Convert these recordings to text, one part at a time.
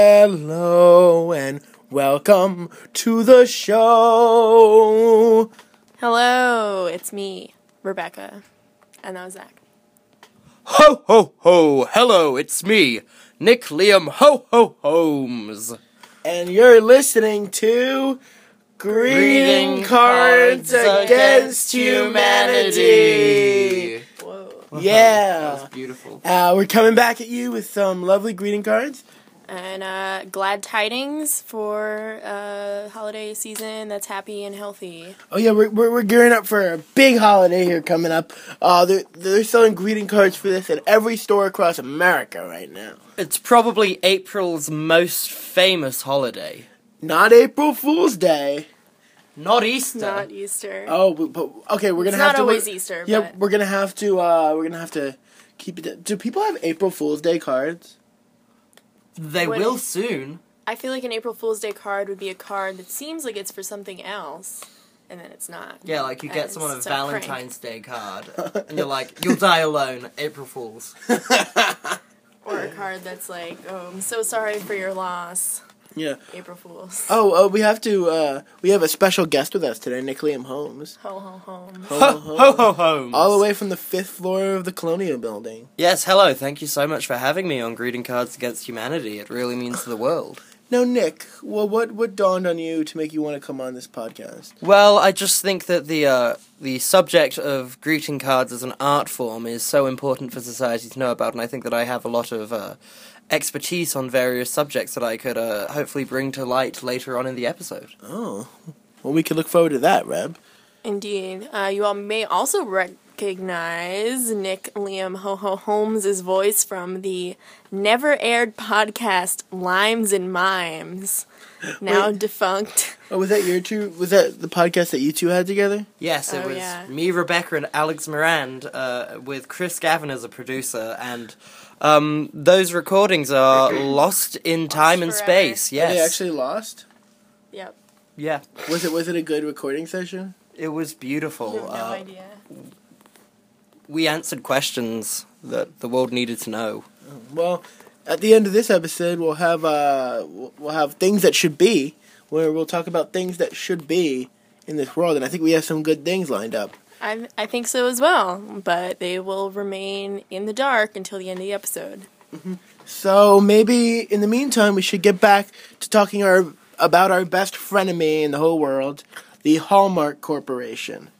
Hello and welcome to the show. Hello, it's me, Rebecca. And that was Zach. Ho ho ho! Hello, it's me, Nick Liam Ho Ho Holmes. And you're listening to Greeting Cards Against Humanity. Whoa. Yeah. Beautiful. Uh, we're coming back at you with some lovely greeting cards. And uh, glad tidings for uh, holiday season that's happy and healthy. Oh yeah, we're, we're, we're gearing up for a big holiday here coming up. Uh, they're, they're selling greeting cards for this at every store across America right now. It's probably April's most famous holiday. Not April Fool's Day. Not It's Easter. not Easter. Oh, but, but okay, we're gonna It's have not to. always wait- Easter, Yeah, but- we're gonna have to. uh We're gonna have to keep it. Do people have April Fool's Day cards? they What will is- soon. I feel like an April Fool's Day card would be a card that seems like it's for something else, and then it's not. Yeah, like you Uh, get someone a it's a prank. Valentine's Day card, and you're like, you'll die alone, April Fools. Or a card that's like, oh, I'm so sorry for your loss, Yeah. April Fools. Oh, uh, we have to. uh We have a special guest with us today, Nick Liam Holmes. Ho, ho, home. Ho ho ho Holmes. All the way from the fifth floor of the Colonial Building. Yes, hello. Thank you so much for having me on Greeting Cards Against Humanity. It really means the world. Now, Nick, well, what what dawned on you to make you want to come on this podcast? Well, I just think that the uh, the subject of greeting cards as an art form is so important for society to know about, and I think that I have a lot of uh, expertise on various subjects that I could uh, hopefully bring to light later on in the episode. Oh, well, we can look forward to that, Reb. Indeed. Uh, you all may also recognize Nick Liam Ho Ho Holmes' voice from the never aired podcast Limes and Mimes, now defunct. Oh, was that your two? Was that the podcast that you two had together? Yes, it Oh, was yeah. me, Rebecca, and Alex Morand uh, with Chris Gavin as a producer, and um, those recordings are lost in time and forever. space. Were Yes, They actually lost. Yep. yeah, Was it was it a good recording session? it was Oh, beautiful. You have no uh, idea. we answered questions that the world needed to know. Well, at the end of this episode, we'll have uh, we'll we'll have things that should be, where we'll talk about things that should be in this world, and I think we have some good things lined up. I, I think so as well, but they will remain in the dark until the end of the episode. So maybe in the meantime, we should get back to talking our about our best frenemy in the whole world, the Hallmark Corporation.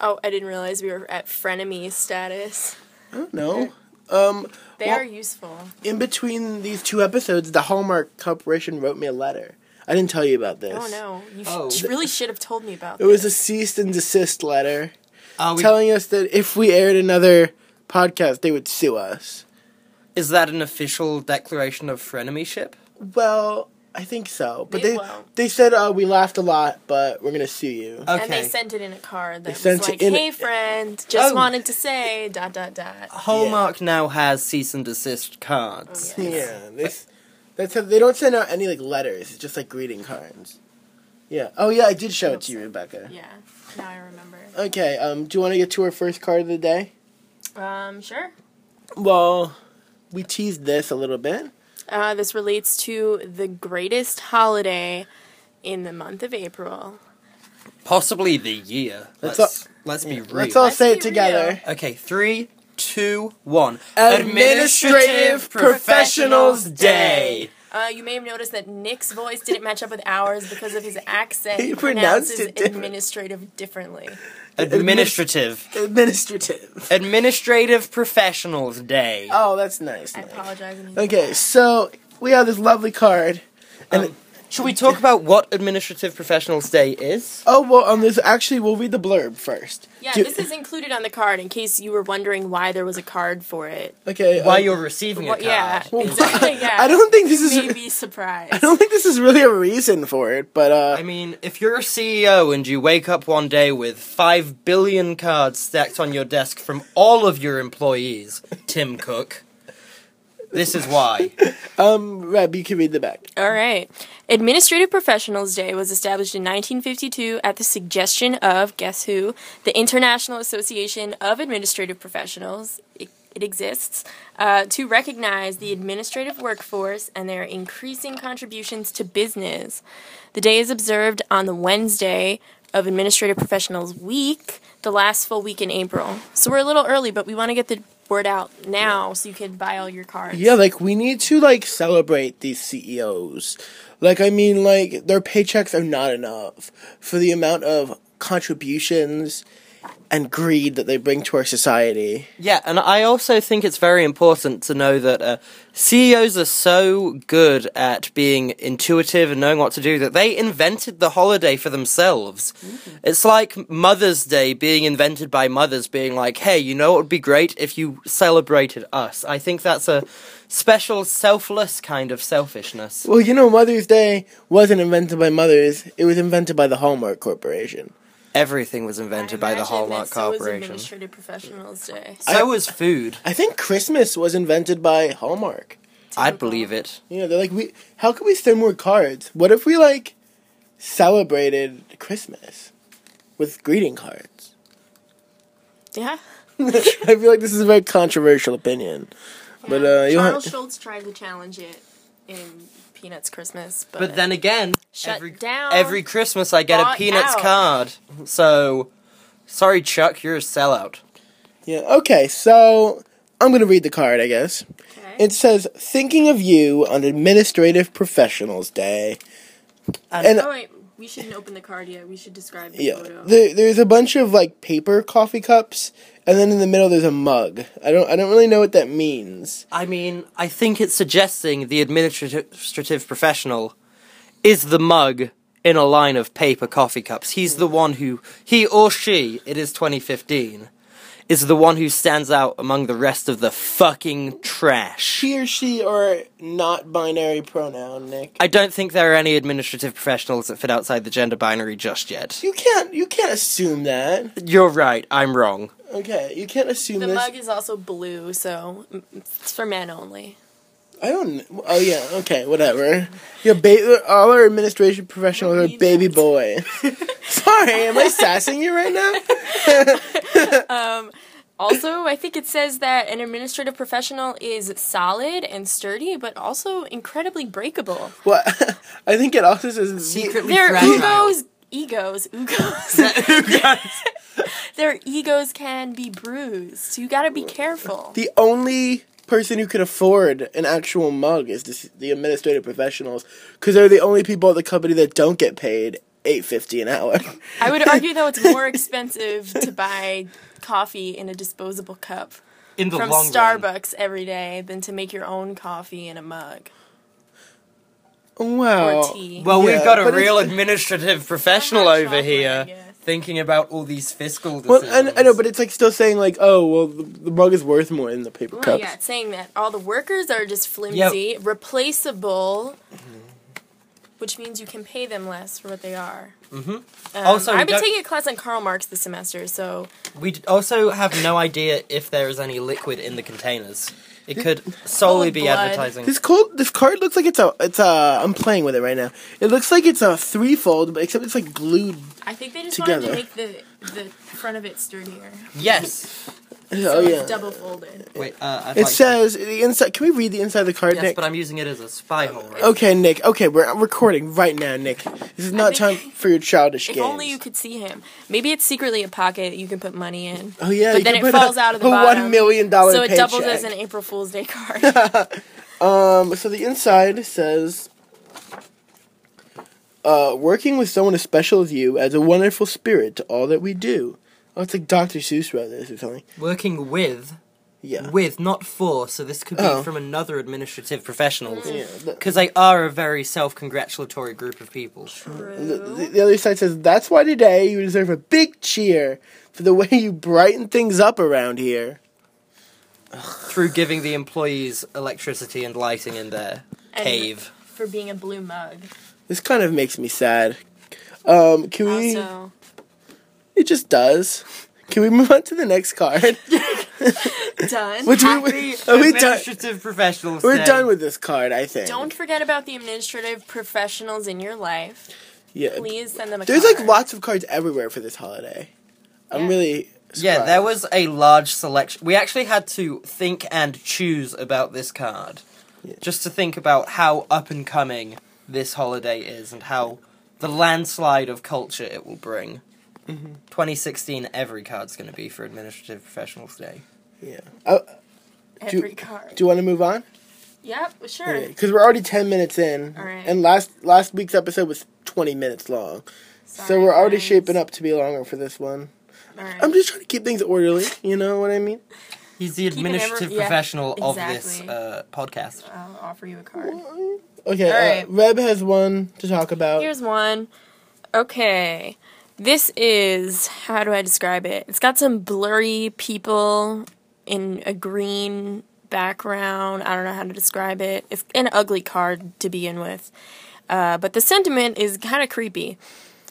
Oh, I didn't realize we were at frenemy status. I don't know. Um, They Well- are useful. in between these two episodes, the Hallmark Corporation wrote me a letter. I didn't tell you about this. Oh no, you sh- Oh. really should have told me about It was a cease and desist letter. Are we, telling us that if we aired another podcast, they would sue us. is that an official declaration of frenemyship? Well, I think so, but They they they, won't. said uh, we laughed a lot, but we're gonna sue you. Okay. And they sent it in a card that sent it was like, in a- "Hey, friend, just Oh. wanted to say dot dot dot." Hallmark now has cease and desist cards. Oh, yes. yeah, this that's how, they don't send out any like letters. It's just like greeting cards. Yeah. Oh yeah, I did show it to you, Rebecca. Yeah, now I remember. Okay. Um, do you want to get to our first card of the day? Um, sure. Well, we teased this a little bit. Uh, this relates to the greatest holiday in the month of April. Possibly the year. Let's Let's all- let's be real. Let's all Let's say be it together. okay, three, two, one. Administrative Professionals Day. Uh, you may have noticed that Nick's voice didn't match up with ours because of his accent. He pronounced pronounces it different. administrative differently. Administrative. Administrative. Administrative Professionals Day. Oh, that's nice. I Nick. apologize. in advance. Okay, so we have this lovely card. Should we talk about what Administrative Professionals Day is? Oh well, um, this actually we'll read the blurb first. Yeah, Do- this is included on the card in case you were wondering why there was a card for it. okay. Why um, you're receiving a Well, card? yeah, exactly. Yeah. I don't think this is. may be surprised. I don't think this is really a reason for it, but uh, I mean, if you're a CEO and you wake up one day with five billion cards stacked on your desk from all of your employees, Tim Cook, this is why. um, Reb, you can read the back. All right. Administrative Professionals Day was established in 1952 at the suggestion of, guess who, the International Association of Administrative Professionals, I- it exists, uh, to recognize the administrative workforce and their increasing contributions to business. The day is observed on the Wednesday of Administrative Professionals Week, the last full week in April. So we're a little early, but we want to get the word out now so you can buy all your cards. Yeah, like we need to like celebrate these CEOs. Like I mean like their paychecks are not enough for the amount of contributions and greed that they bring to our society. Yeah, and I also think it's very important to know that uh, CEOs are so good at being intuitive and knowing what to do that they invented the holiday for themselves. It's like Mother's Day being invented by mothers, being like, hey, you know what would be great if you celebrated us? I think that's a special, selfless kind of selfishness. Well, you know Mother's Day wasn't invented by mothers, it was invented by the Hallmark Corporation. Everything was invented by the Hallmark Corporation. Administrative Professionals eh? Day. so was food. I think Christmas was invented by Hallmark. I'd believe it. You know, they're like, we. How can we send more cards? What if we like celebrated Christmas with greeting cards? Yeah. I feel like this is a very controversial opinion, but uh, you Charles want Schultz tried to challenge it in Peanuts Christmas, but, But then again, Shut every, down. every Christmas I get Bought a Peanuts out. card. So, sorry, Chuck, you're a sellout. yeah. Okay, so I'm gonna read the card. I guess Okay. it says, "Thinking of you on Administrative Professionals Day." And oh wait, we shouldn't open the card yet. We should describe the yeah, photo. there, there's a bunch of like paper coffee cups, and then in the middle there's a mug. I don't, I don't really know what that means. I mean, I think it's suggesting the administrative professional is the mug in a line of paper coffee cups. He's the one who, he or she, it is 2015, is the one who stands out among the rest of the fucking trash. He or she are not binary pronoun, Nick. I don't think there are any administrative professionals that fit outside the gender binary just yet. You can't you can't assume that. You're right, I'm wrong. Okay, you can't assume The this. mug is also blue, so mm, it's for men only. I don't. Oh yeah. Okay. Whatever. Your ba- all our administration professionals We are need baby that. boy. Sorry, am I sassing you right now? Also, I think it says that an administrative professional is solid and sturdy, but also incredibly breakable. well, I think it also says Secretly Their fragile. egos, egos, egos. Their egos can be bruised. You gotta be careful. the only person who can afford an actual mug is the, the administrative professionals because they're the only people at the company that don't get paid eight fifty an hour. I would argue though it's more expensive to buy coffee in a disposable cup in the from long run. Starbucks every day than to make your own coffee in a mug or Wow. tea. Oh, Well, Yeah, we've got but a it's- real administrative professional Not over chocolate, I here guess. thinking about all these fiscal Well, decisions. I, I know, but it's like still saying like, oh, well, the, the mug is worth more than the paper Well, cups. yeah, it's Oh saying that all the workers are just flimsy, replaceable, Mm-hmm. which means you can pay them less for what they are. Mm-hmm. Also, we I've been don't- taking a class on Karl Marx this semester, so we d- also have no idea if there is any liquid in the containers. It could solely Colored be Oh, blood. advertising. This cold, this card looks like it's a, it's a. I'm playing with it right now. It looks like it's a threefold, but except it's like glued. I think they just Together. wanted to make the the front of it sturdier. Yes. Oh it's yeah. double folded. Wait. Uh, I'd It like- says the inside. Can we read the inside of the card, Yes, uh, Nick? but I'm using it as a spy hole. Right? okay, Nick. Okay, we're I'm recording right now, Nick. This is not time think- for your childish If games. only you could see him. Maybe it's secretly a pocket you can put money in. Oh yeah, but you can then it put a- falls out of the a bottom. one million dollar so it doubles paycheck. as an April Fool's Day card. Um, so the inside says, uh, working with someone as special as you adds a wonderful spirit to all that we do. Oh, it's like Dr. Seuss wrote this or something. Working with, Yeah. with not for. So this could be Oh. from another administrative professional. Mm. Yeah, the- Because they are a very self-congratulatory group of people. the, the other side says, that's why today you deserve a big cheer for the way you brighten things up around here. Through giving the employees electricity and lighting in their And- cave. for being a blue mug. This kind of makes me sad. Um, can we? Also, It just does. Can we move on to the next card? done. Which we, Happy are we done? administrative professionals. We're Day. done with this card, I think. Don't forget about the administrative professionals in your life. yeah. Please send them a There's card. like lots of cards everywhere for this holiday. I'm Yeah. really Yeah, there was a large selection. We actually had to think and choose about this card. Just to think about how up and coming this holiday is and how the landslide of culture it will bring. Mm-hmm. 2016, every card's going to be for Administrative Professionals Day. Yeah. Oh, Do- Every card. do you want to move on? yep, sure. Because we're already ten minutes in, All right. and last last week's episode was twenty minutes long, so Sorry, we're already guys. shaping up to be longer for this one. All right. I'm just trying to keep things orderly. You know what I mean? He's the it ever- administrative yeah, professional of this exactly. uh, podcast. I'll offer you a card. Okay. uh, All right. Reb has one to talk about. Here's one. Okay. This is how do I describe it? It's got some blurry people in a green background. I don't know how to describe it. It's an ugly card to begin with. Uh, but the sentiment is kind of creepy.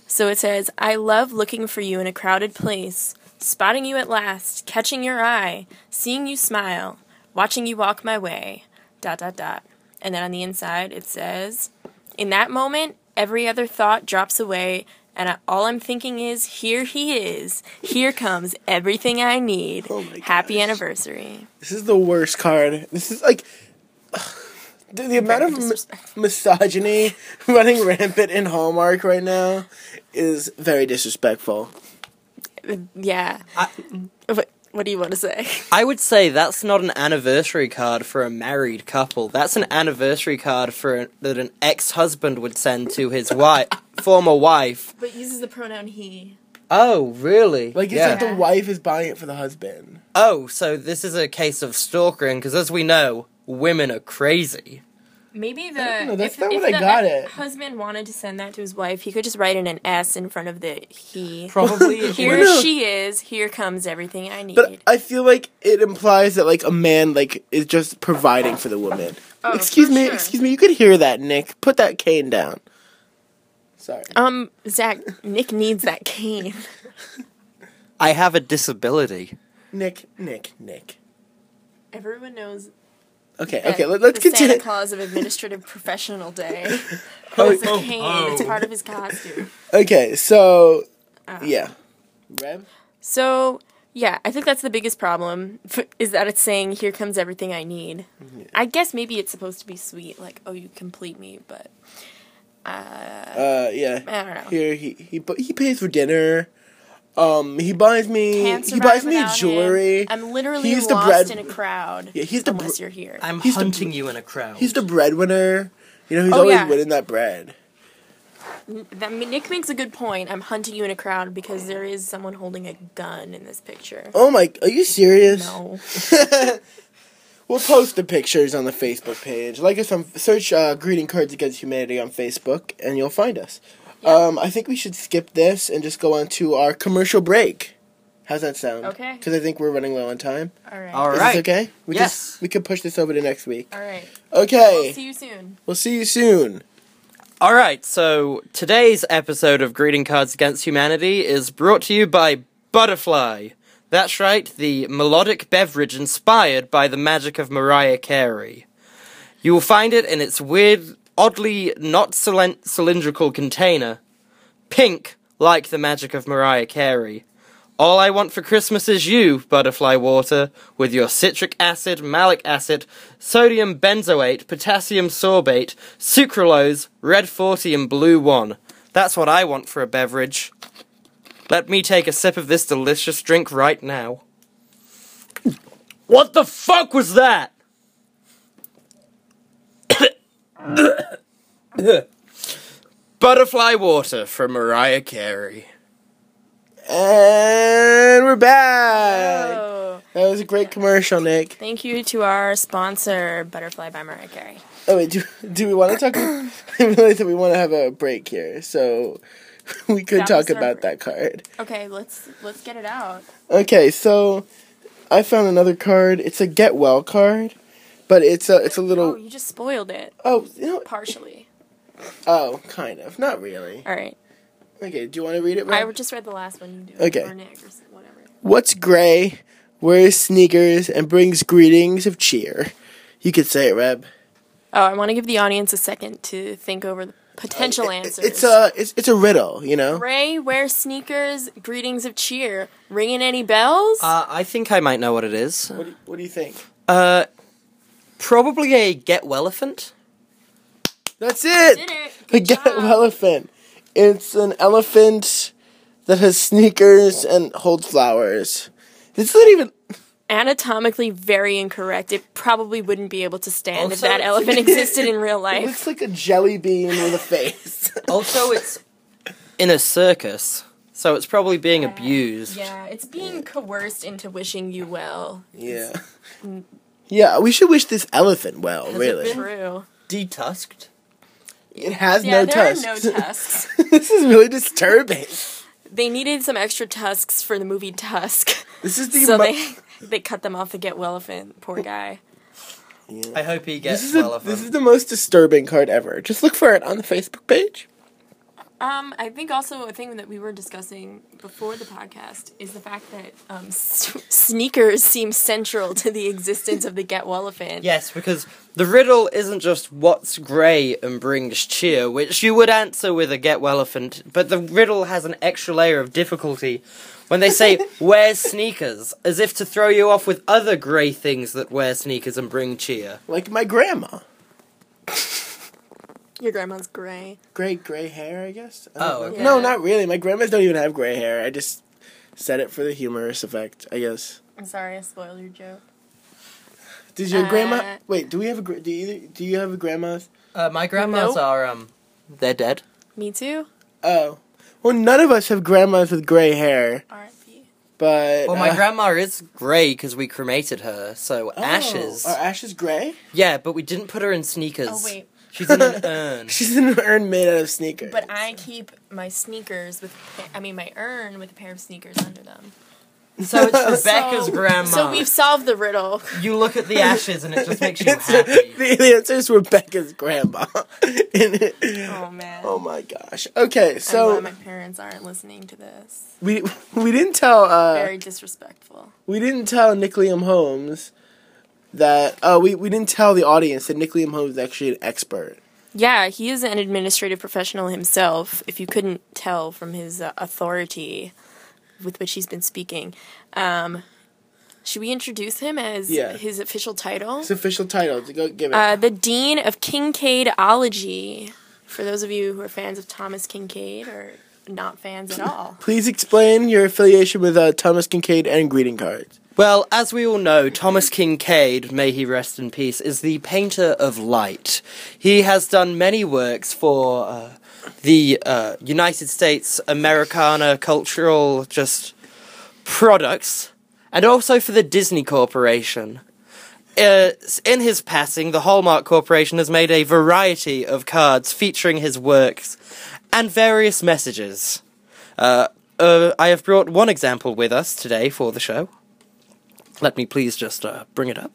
So it says, I love looking for you in a crowded place, spotting you at last, catching your eye, seeing you smile, watching you walk my way, dot, dot, dot. And then on the inside, it says, In that moment, every other thought drops away, and I, all I'm thinking is, Here he is. Here comes everything I need. Oh my Happy gosh. anniversary. This is the worst card. This is like the, the amount of mi- disrespectful. misogyny running rampant in Hallmark right now is very disrespectful. Yeah. I- what, what do you want to say? I would say that's not an anniversary card for a married couple. That's an anniversary card for that an ex-husband would send to his wife, former wife. But uses the pronoun he. Oh, really? Like it's yeah. like the wife is buying it for the husband. oh, so this is a case of stalking because, as we know, women are crazy. Maybe the don't know, that's if, not if what I the got it. husband wanted to send that to his wife, he could just write in an S in front of the he. Probably Here Well, no. she is. Here comes everything I need. But I feel like it implies that like a man like is just providing for the woman. Oh, excuse for me, sure. excuse me. You could hear that, Nick. Put that cane down. Sorry. um, Zach, Nick needs that cane. I have a disability. Nick, Nick, Nick. Everyone knows. Okay, that okay. Let, us the continue. Santa Claus of Administrative Professional Day. Oh, It's a cane. It's part of his costume. Okay, so Oh. yeah. Reb. So yeah, I think that's the biggest problem is that it's saying "Here comes everything I need." I guess maybe it's supposed to be sweet, like "Oh, you complete me," but Uh, yeah. I don't know. Here he he bu- he pays for dinner. Um, he buys me. Can't He survive buys me without him. jewelry. I'm literally He's the lost bread- in a crowd. Yeah, he's the br- unless you're here. I'm He's the- hunting you in a crowd. He's the breadwinner. You know, he's Oh, always yeah. winning that bread. That- Nick makes a good point. I'm hunting you in a crowd because there is someone holding a gun in this picture. Oh my! Are you serious? No, We'll post the pictures on the Facebook page. Like us on search uh, "Greeting Cards Against Humanity" on Facebook, and you'll find us. Um, I think we should skip this and just go on to our commercial break. How's that sound? Okay. Because I think we're running low on time. all right, All Is right. this okay? We Yes. just- we could push this over to next week. all right. Okay. We'll see you soon. we'll see you soon. All right, so today's episode of Greeting Cards Against Humanity is brought to you by Butterfly. That's right, the melodic beverage inspired by the magic of Mariah Carey. You will find it in its weird, oddly not cylind- cylindrical container, pink like the magic of Mariah Carey. All I want for Christmas is you, butterfly water, with your citric acid, malic acid, sodium benzoate, potassium sorbate, sucralose, red 40, and blue 1. That's what I want for a beverage. Let me take a sip of this delicious drink right now. What the fuck was that? Butterfly water from Mariah Carey. And we're back. Oh, That was a great commercial, Nick. thank you to our sponsor, Butterfly by Mariah Carey. Oh wait, do, do we want to talk? I realize that we want to have a break here, so we could That talk was our about that break. card. Okay, let's let's get it out. Okay, so I found another card. It's a get well card, but it's a it's a Oh, little you just spoiled it oh you know partially. oh kind of not really. All right, Okay, do you want to read it? Rob? I just read the last one. You do it, Okay. or Nick or s- whatever. What's gray, wears sneakers, and brings greetings of cheer? You could say it, Reb. Oh, I want to give the audience a second to think over the Potential It- answers. It's a it's it's a riddle, you know. Ray, wear sneakers, greetings of cheer. Ringing any bells? Uh, I think I might know what it is. What do, you- what do you think? Uh, probably a get elephant. That's it. Did it. The Good get job. elephant. It's an elephant that has sneakers and holds flowers. It's not even. Anatomically very incorrect. It probably wouldn't be able to stand if Also- that elephant existed in real It life. looks like a jelly bean with a face. Also, it's in a circus, so it's probably being abused. Yeah, it's being coerced into wishing you well. yeah. Yeah, we should wish this elephant well. it really, it, been- True. Detusked. has Yeah, no there tusks. are no tusks. this is really disturbing. they needed some extra tusks for the movie Tusk, This is the so mo- they they cut them off to get Welliphant. Poor guy. I hope he this gets is, a, elephant. this is the most disturbing card ever. Just look for it on the Facebook page. Um, I think also a thing that we were discussing before the podcast is the fact that um, s- sneakers seem central to the existence of the Get Welliphant. Yes, because the riddle isn't just what's grey and brings cheer, which you would answer with a get elephant, but the riddle has an extra layer of difficulty when they say wears sneakers, as if to throw you off with other grey things that wear sneakers and bring cheer. Like my grandma. Your grandma's gray. Gray gray hair, I guess. I Oh, don't know. okay. no, Yeah. not really. My grandmas don't even have gray hair. I just said it for the humorous effect, I guess. I'm sorry, I spoiled your joke. Does your grandma? Uh, Wait, do we have a gra- do either do you have a grandma's? Uh, my grandmas Nope. are um, they're dead. Me too. Oh, well, none of us have grandmas with gray hair, R.I.P. but Well, my uh, grandma is grey because we cremated her, so oh, ashes. are ashes gray? Yeah, but we didn't put her in sneakers. Oh wait, she's in an urn. She's in an urn made out of sneakers. but I keep my sneakers with, a pa- I mean my urn with a pair of sneakers under them. So it's Rebecca's So- grandma. So we've solved the riddle. You look at the ashes and it just makes you It's- happy. the, the answer is Rebecca's grandma. And- Oh man. oh my gosh. Okay, So so my parents aren't listening to this. we we didn't tell. Uh, Very disrespectful. we didn't tell Nick Liam Holmes that uh, we, we didn't tell the audience that Nick Liam Holmes is actually an expert. Yeah, he is an administrative professional himself, if you couldn't tell from his uh, authority with which he's been speaking. Um, should we introduce him as Yeah. his official title? His official title to go give it. Uh, the Dean of Kincaidology. For those of you who are fans of Thomas Kincaid or not fans at all. Please explain your affiliation with uh, Thomas Kincaid and greeting cards. Well, as we all know, Thomas Kincaid, may he rest in peace, is the painter of light. He has done many works for uh, the uh, United States Americana cultural just products, and also for the Disney Corporation. Uh, in his passing, the Hallmark Corporation has made a variety of cards featuring his works and various messages. Uh, uh, I have brought one example with us today for the show. Let me please just uh, bring it up.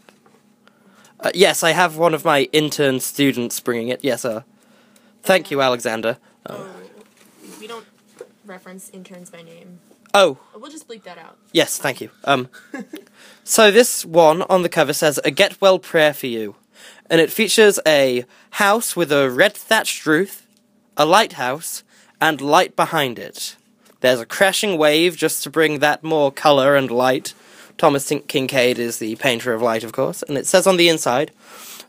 Uh, yes, I have one of my intern students bringing it. Yes, uh, thank you, Alexander. We don't reference interns by name. Oh, We'll just bleep that out. yes, thank you. Um, so this one on the cover says a get well prayer for you, and it features a house with a red thatched roof, a lighthouse, and light behind it. There's a crashing wave just to bring that more color and light. Thomas Tin- Kincaid is the painter of light, of course, and it says on the inside.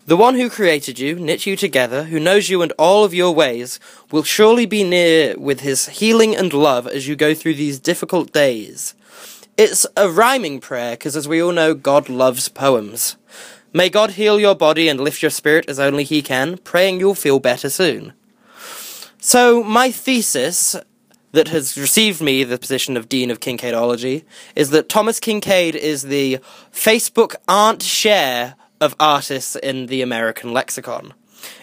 The one who created you, knit you together, who knows you and all of your ways, will surely be near with his healing and love as you go through these difficult days. It's a rhyming prayer, because as we all know, God loves poems. May God heal your body and lift your spirit as only He can, praying you'll feel better soon. So, my thesis that has received me the position of Dean of Kincaidology is that Thomas Kincaid is the Facebook aunt share of artists in the American lexicon.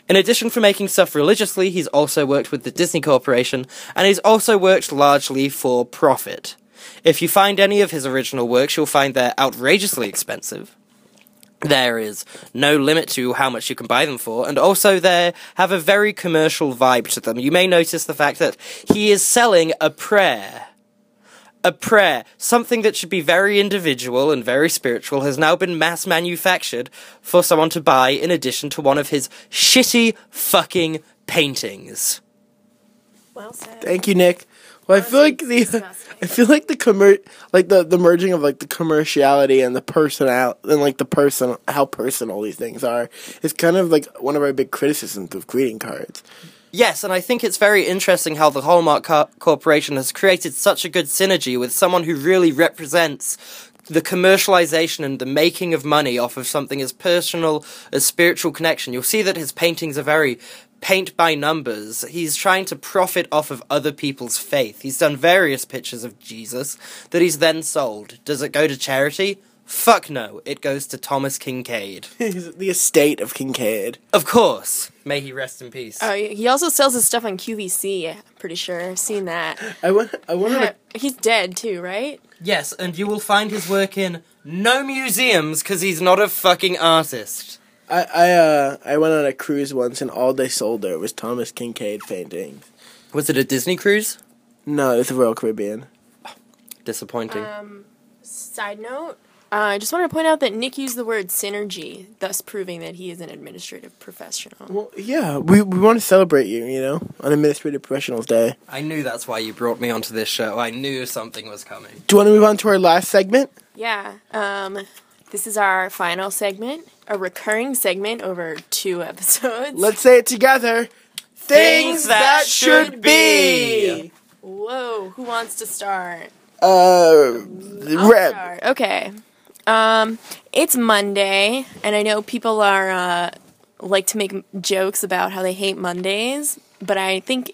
In addition for making stuff religiously, he's also worked with the Disney Corporation, and he's also worked largely for profit. If you find any of his original works, you'll find they're outrageously expensive there is no limit to how much you can buy them for, and also they have a very commercial vibe to them. You may notice the fact that he is selling a prayer. A prayer, something that should be very individual and very spiritual, has now been mass manufactured for someone to buy in addition to one of his shitty fucking paintings. Well said. Thank you, Nick. Well, I feel like the Disgusting. I feel like the commer- like the, the merging of like the commerciality and the personal and like the person how personal these things are is kind of like one of our big criticisms of greeting cards. Yes, and I think it's very interesting how the Hallmark Co- Corporation has created such a good synergy with someone who really represents the commercialization and the making of money off of something as personal as spiritual connection. You'll see that his paintings are very paint by numbers. He's trying to profit off of other people's faith. He's done various pictures of Jesus that he's then sold. Does it go to charity? Fuck no. It goes to Thomas Kincaid. the estate of Kincaid. of course. May he rest in peace. Oh, he also sells his stuff on QVC. I'm pretty sure. I've seen that. I want I wanted to He's dead too, right? Yes, and you will find his work in no museums because he's not a fucking artist. I I uh I went on a cruise once and all they sold there was Thomas Kincaid paintings. Was it a Disney cruise? No, it was the Royal Caribbean. Disappointing. Side note. Uh, I just wanted to point out that Nick used the word synergy, thus proving that he is an administrative professional. Well, yeah, we we want to celebrate you, you know, on Administrative Professionals Day. I knew that's why you brought me onto this show. I knew something was coming. Do you want to move on to our last segment? Yeah. Um, this is our final segment, a recurring segment over two episodes. Let's say it together. Things that should be. Whoa, who wants to start? Uh, the I'll rep. start. Okay. Um, it's Monday, and I know people are uh, like to make m- jokes about how they hate Mondays, but I think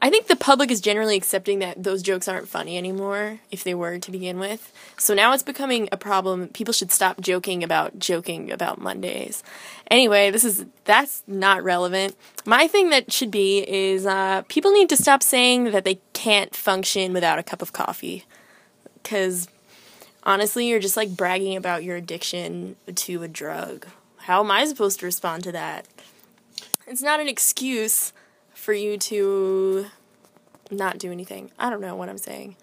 I think the public is generally accepting that those jokes aren't funny anymore if they were to begin with. So now it's becoming a problem. People should stop joking about joking about Mondays. Anyway, this is that's not relevant. My thing that should be is uh, people need to stop saying that they can't function without a cup of coffee because honestly, you're just like bragging about your addiction to a drug. How am I supposed to respond to that? It's not an excuse for you to not do anything. I don't know what I'm saying.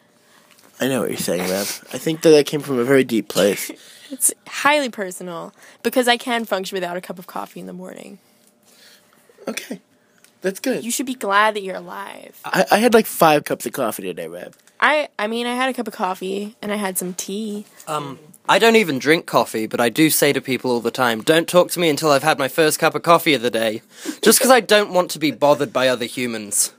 I know what you're saying, Rep. I think that that came from a very deep place. It's highly personal because I can function without a cup of coffee in the morning. okay, that's good. You should be glad that you're alive. I, I had like five cups of coffee today, Rep. I I mean, I had a cup of coffee and I had some tea. Um, I don't even drink coffee, but I do say to people all the time, don't talk to me until I've had my first cup of coffee of the day, just because I don't want to be bothered by other humans.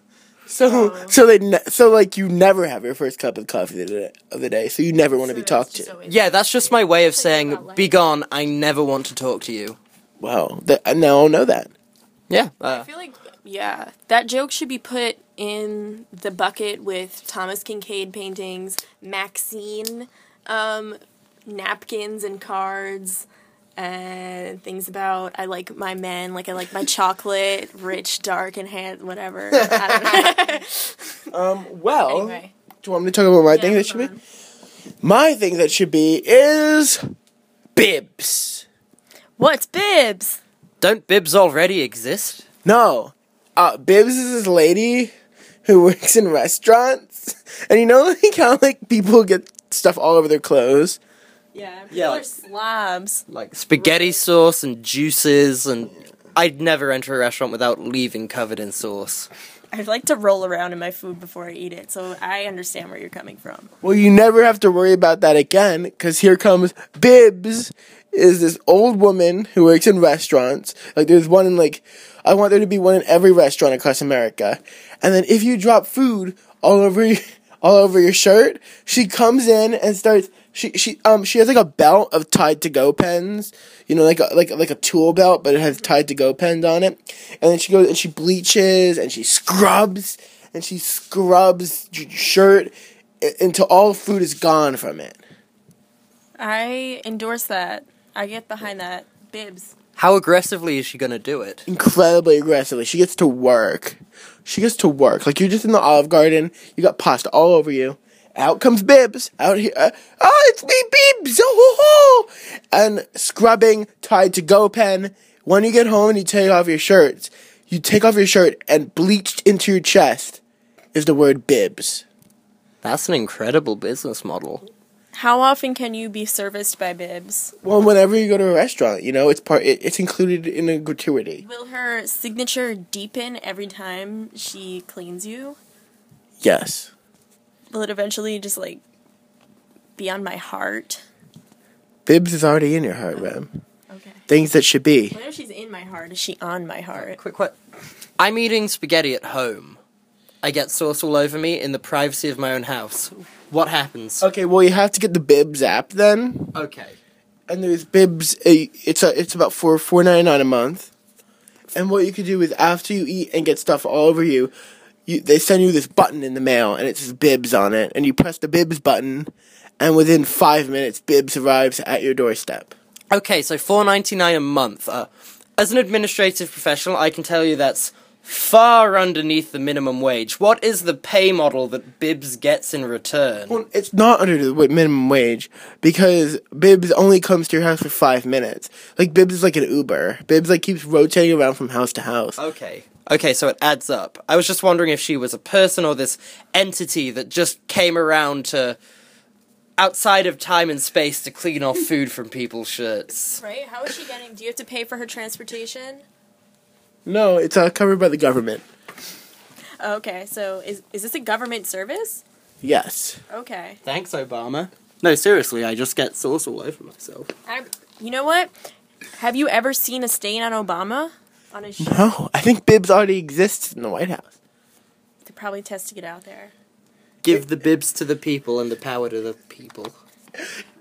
So, so they, ne- so like you never have your first cup of coffee of the day, of the day so you never want to be talked to. Yeah, that's just my way of saying, about be gone, I never want to talk to you. Wow, that, I now I know that. Yeah. Uh, I feel like yeah, that joke should be put in the bucket with Thomas Kincaid paintings, Maxine um, napkins and cards, and things about I like my men, like I like my chocolate, rich, dark, and hand, whatever. I don't know. Well, anyway, do you want me to talk about my thing move that should be? My thing that should be is bibs. what's bibs? don't bibs already exist? No. Uh, Bibbs is this lady who works in restaurants. And you know like how like people get stuff all over their clothes? Yeah, Yeah, people are like- slobs. like spaghetti sauce and juices and I'd never enter a restaurant without leaving covered in sauce. I like to roll around in my food before I eat it, so I understand where you're coming from. Well, you never have to worry about that again cuz here comes Bibbs is this old woman who works in restaurants. Like there's one in like I want there to be one in every restaurant across America. And then if you drop food all over your- all over your shirt, she comes in and starts she she um she has like a belt of tied to go pens, you know, like a like like a tool belt, but it has tied to go pens on it. And then she goes and she bleaches and she scrubs and she scrubs j- shirt i- until all food is gone from it. I endorse that. I get behind that. Bibs. How aggressively is she going to do it? Incredibly aggressively, she gets to work. She gets to work. Like you're just in the Olive Garden, you got pasta all over you. Out comes Bibbs out here. Uh, oh, it's me, Bibbs! Oh, ho, ho! And scrubbing tied to go pen. When you get home and you take off your shirts, you take off your shirt and bleached into your chest is the word Bibbs. That's an incredible business model. How often can you be serviced by Bibs? Well, whenever you go to a restaurant, you know it's part. It, it's included in a gratuity. Will her signature deepen every time she cleans you? Yes. Will it eventually just like be on my heart? Bibs is already in your heart, Rem. Okay. Things that should be. What if she's in my heart? Is she on my heart? Quick, quick. I'm eating spaghetti at home. I get sauce all over me in the privacy of my own house. What happens? Okay, well you have to get the Bibs app then, Okay. and there's Bibs. uh, It's a, it's about four four ninety nine a month, and what you could do is after you eat and get stuff all over you, you they send you this button in the mail and it says Bibs on it, and you press the Bibs button, and within five minutes Bibs arrives at your doorstep. Okay, so four ninety nine a month. Uh, as an administrative professional, I can tell you that's far underneath the minimum wage. What is the pay model that Bibbs gets in return? Well, it's not under the wi- minimum wage because Bibbs only comes to your house for five minutes. Like Bibbs is like an Uber. Bibbs like keeps rotating around from house to house. Okay. Okay, so it adds up. I was just wondering if she was a person or this entity that just came around to outside of time and space to clean off food from people's shirts. Right? How is she getting? Do you have to pay for her transportation? No, it's uh, covered by the government. Okay, so is is this a government service? Yes. Okay. Thanks, Obama. No, seriously, I just get sauce all over myself. I, you know what? Have you ever seen a stain on Obama? On his shirt? No, I think Bibbs already exists in the White House. They're probably testing it out there. Give the bibs to the people and the power to the people.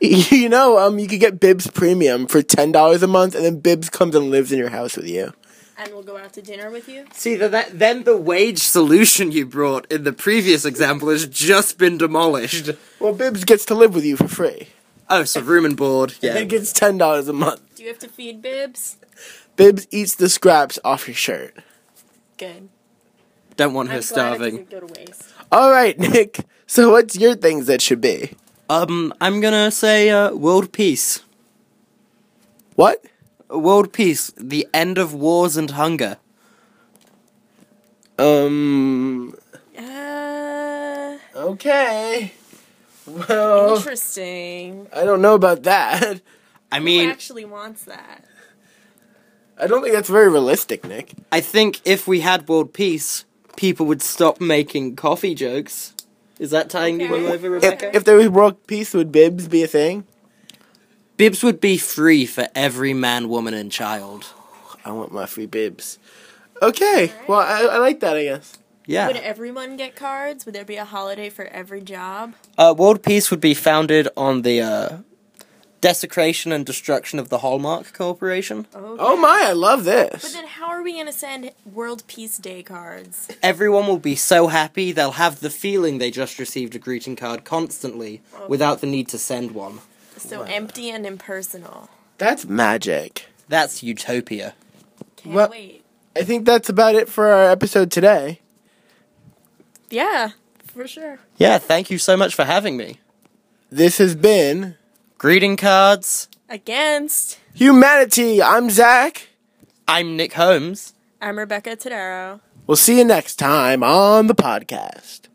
You know, um, you could get Bibbs Premium for ten dollars a month, and then Bibbs comes and lives in your house with you. And we'll go out to dinner with you. See, the, that, then the wage solution you brought in the previous example has just been demolished. Well, Bibbs gets to live with you for free. Oh, so room and board, And yeah. it gets ten dollars a month. Do you have to feed Bibs? Bibbs eats the scraps off your shirt. Good. Don't want I'm her glad it starving. doesn't go to waste. All right, Nick. So, what's your things that should be? Um, I'm gonna say uh, world peace. What? World peace. The end of wars and hunger. Um. Uh, Okay. Well, interesting. Oh. I don't know about that. I Who mean, actually wants that? I don't think that's very realistic, Nick. I think if we had world peace, people would stop making coffee jokes. Is that tying Okay. you over, If, Rebecca? if there was world peace, would bibs be a thing? Bibs would be free for every man, woman, and child. I want my free bibs. Okay. Well, I, I like that. I guess. Would Yeah. everyone get cards? Would there be a holiday for every job? Uh, world peace would be founded on the uh, desecration and destruction of the Hallmark Corporation. Okay. Oh my! I love But this. then how are we going to send World Peace Day cards? everyone will be so happy they'll have the feeling they just received a greeting card constantly Oh. without the need to send one. So empty and impersonal. That's magic. That's utopia. Can't Well- wait. I think that's about it for our episode today. Yeah, for sure. Yeah, thank you so much for having me. This has been Greeting cards. Against. humanity. I'm Zach. I'm Nick Holmes. I'm Rebecca Tadaro. We'll see you next time on the podcast.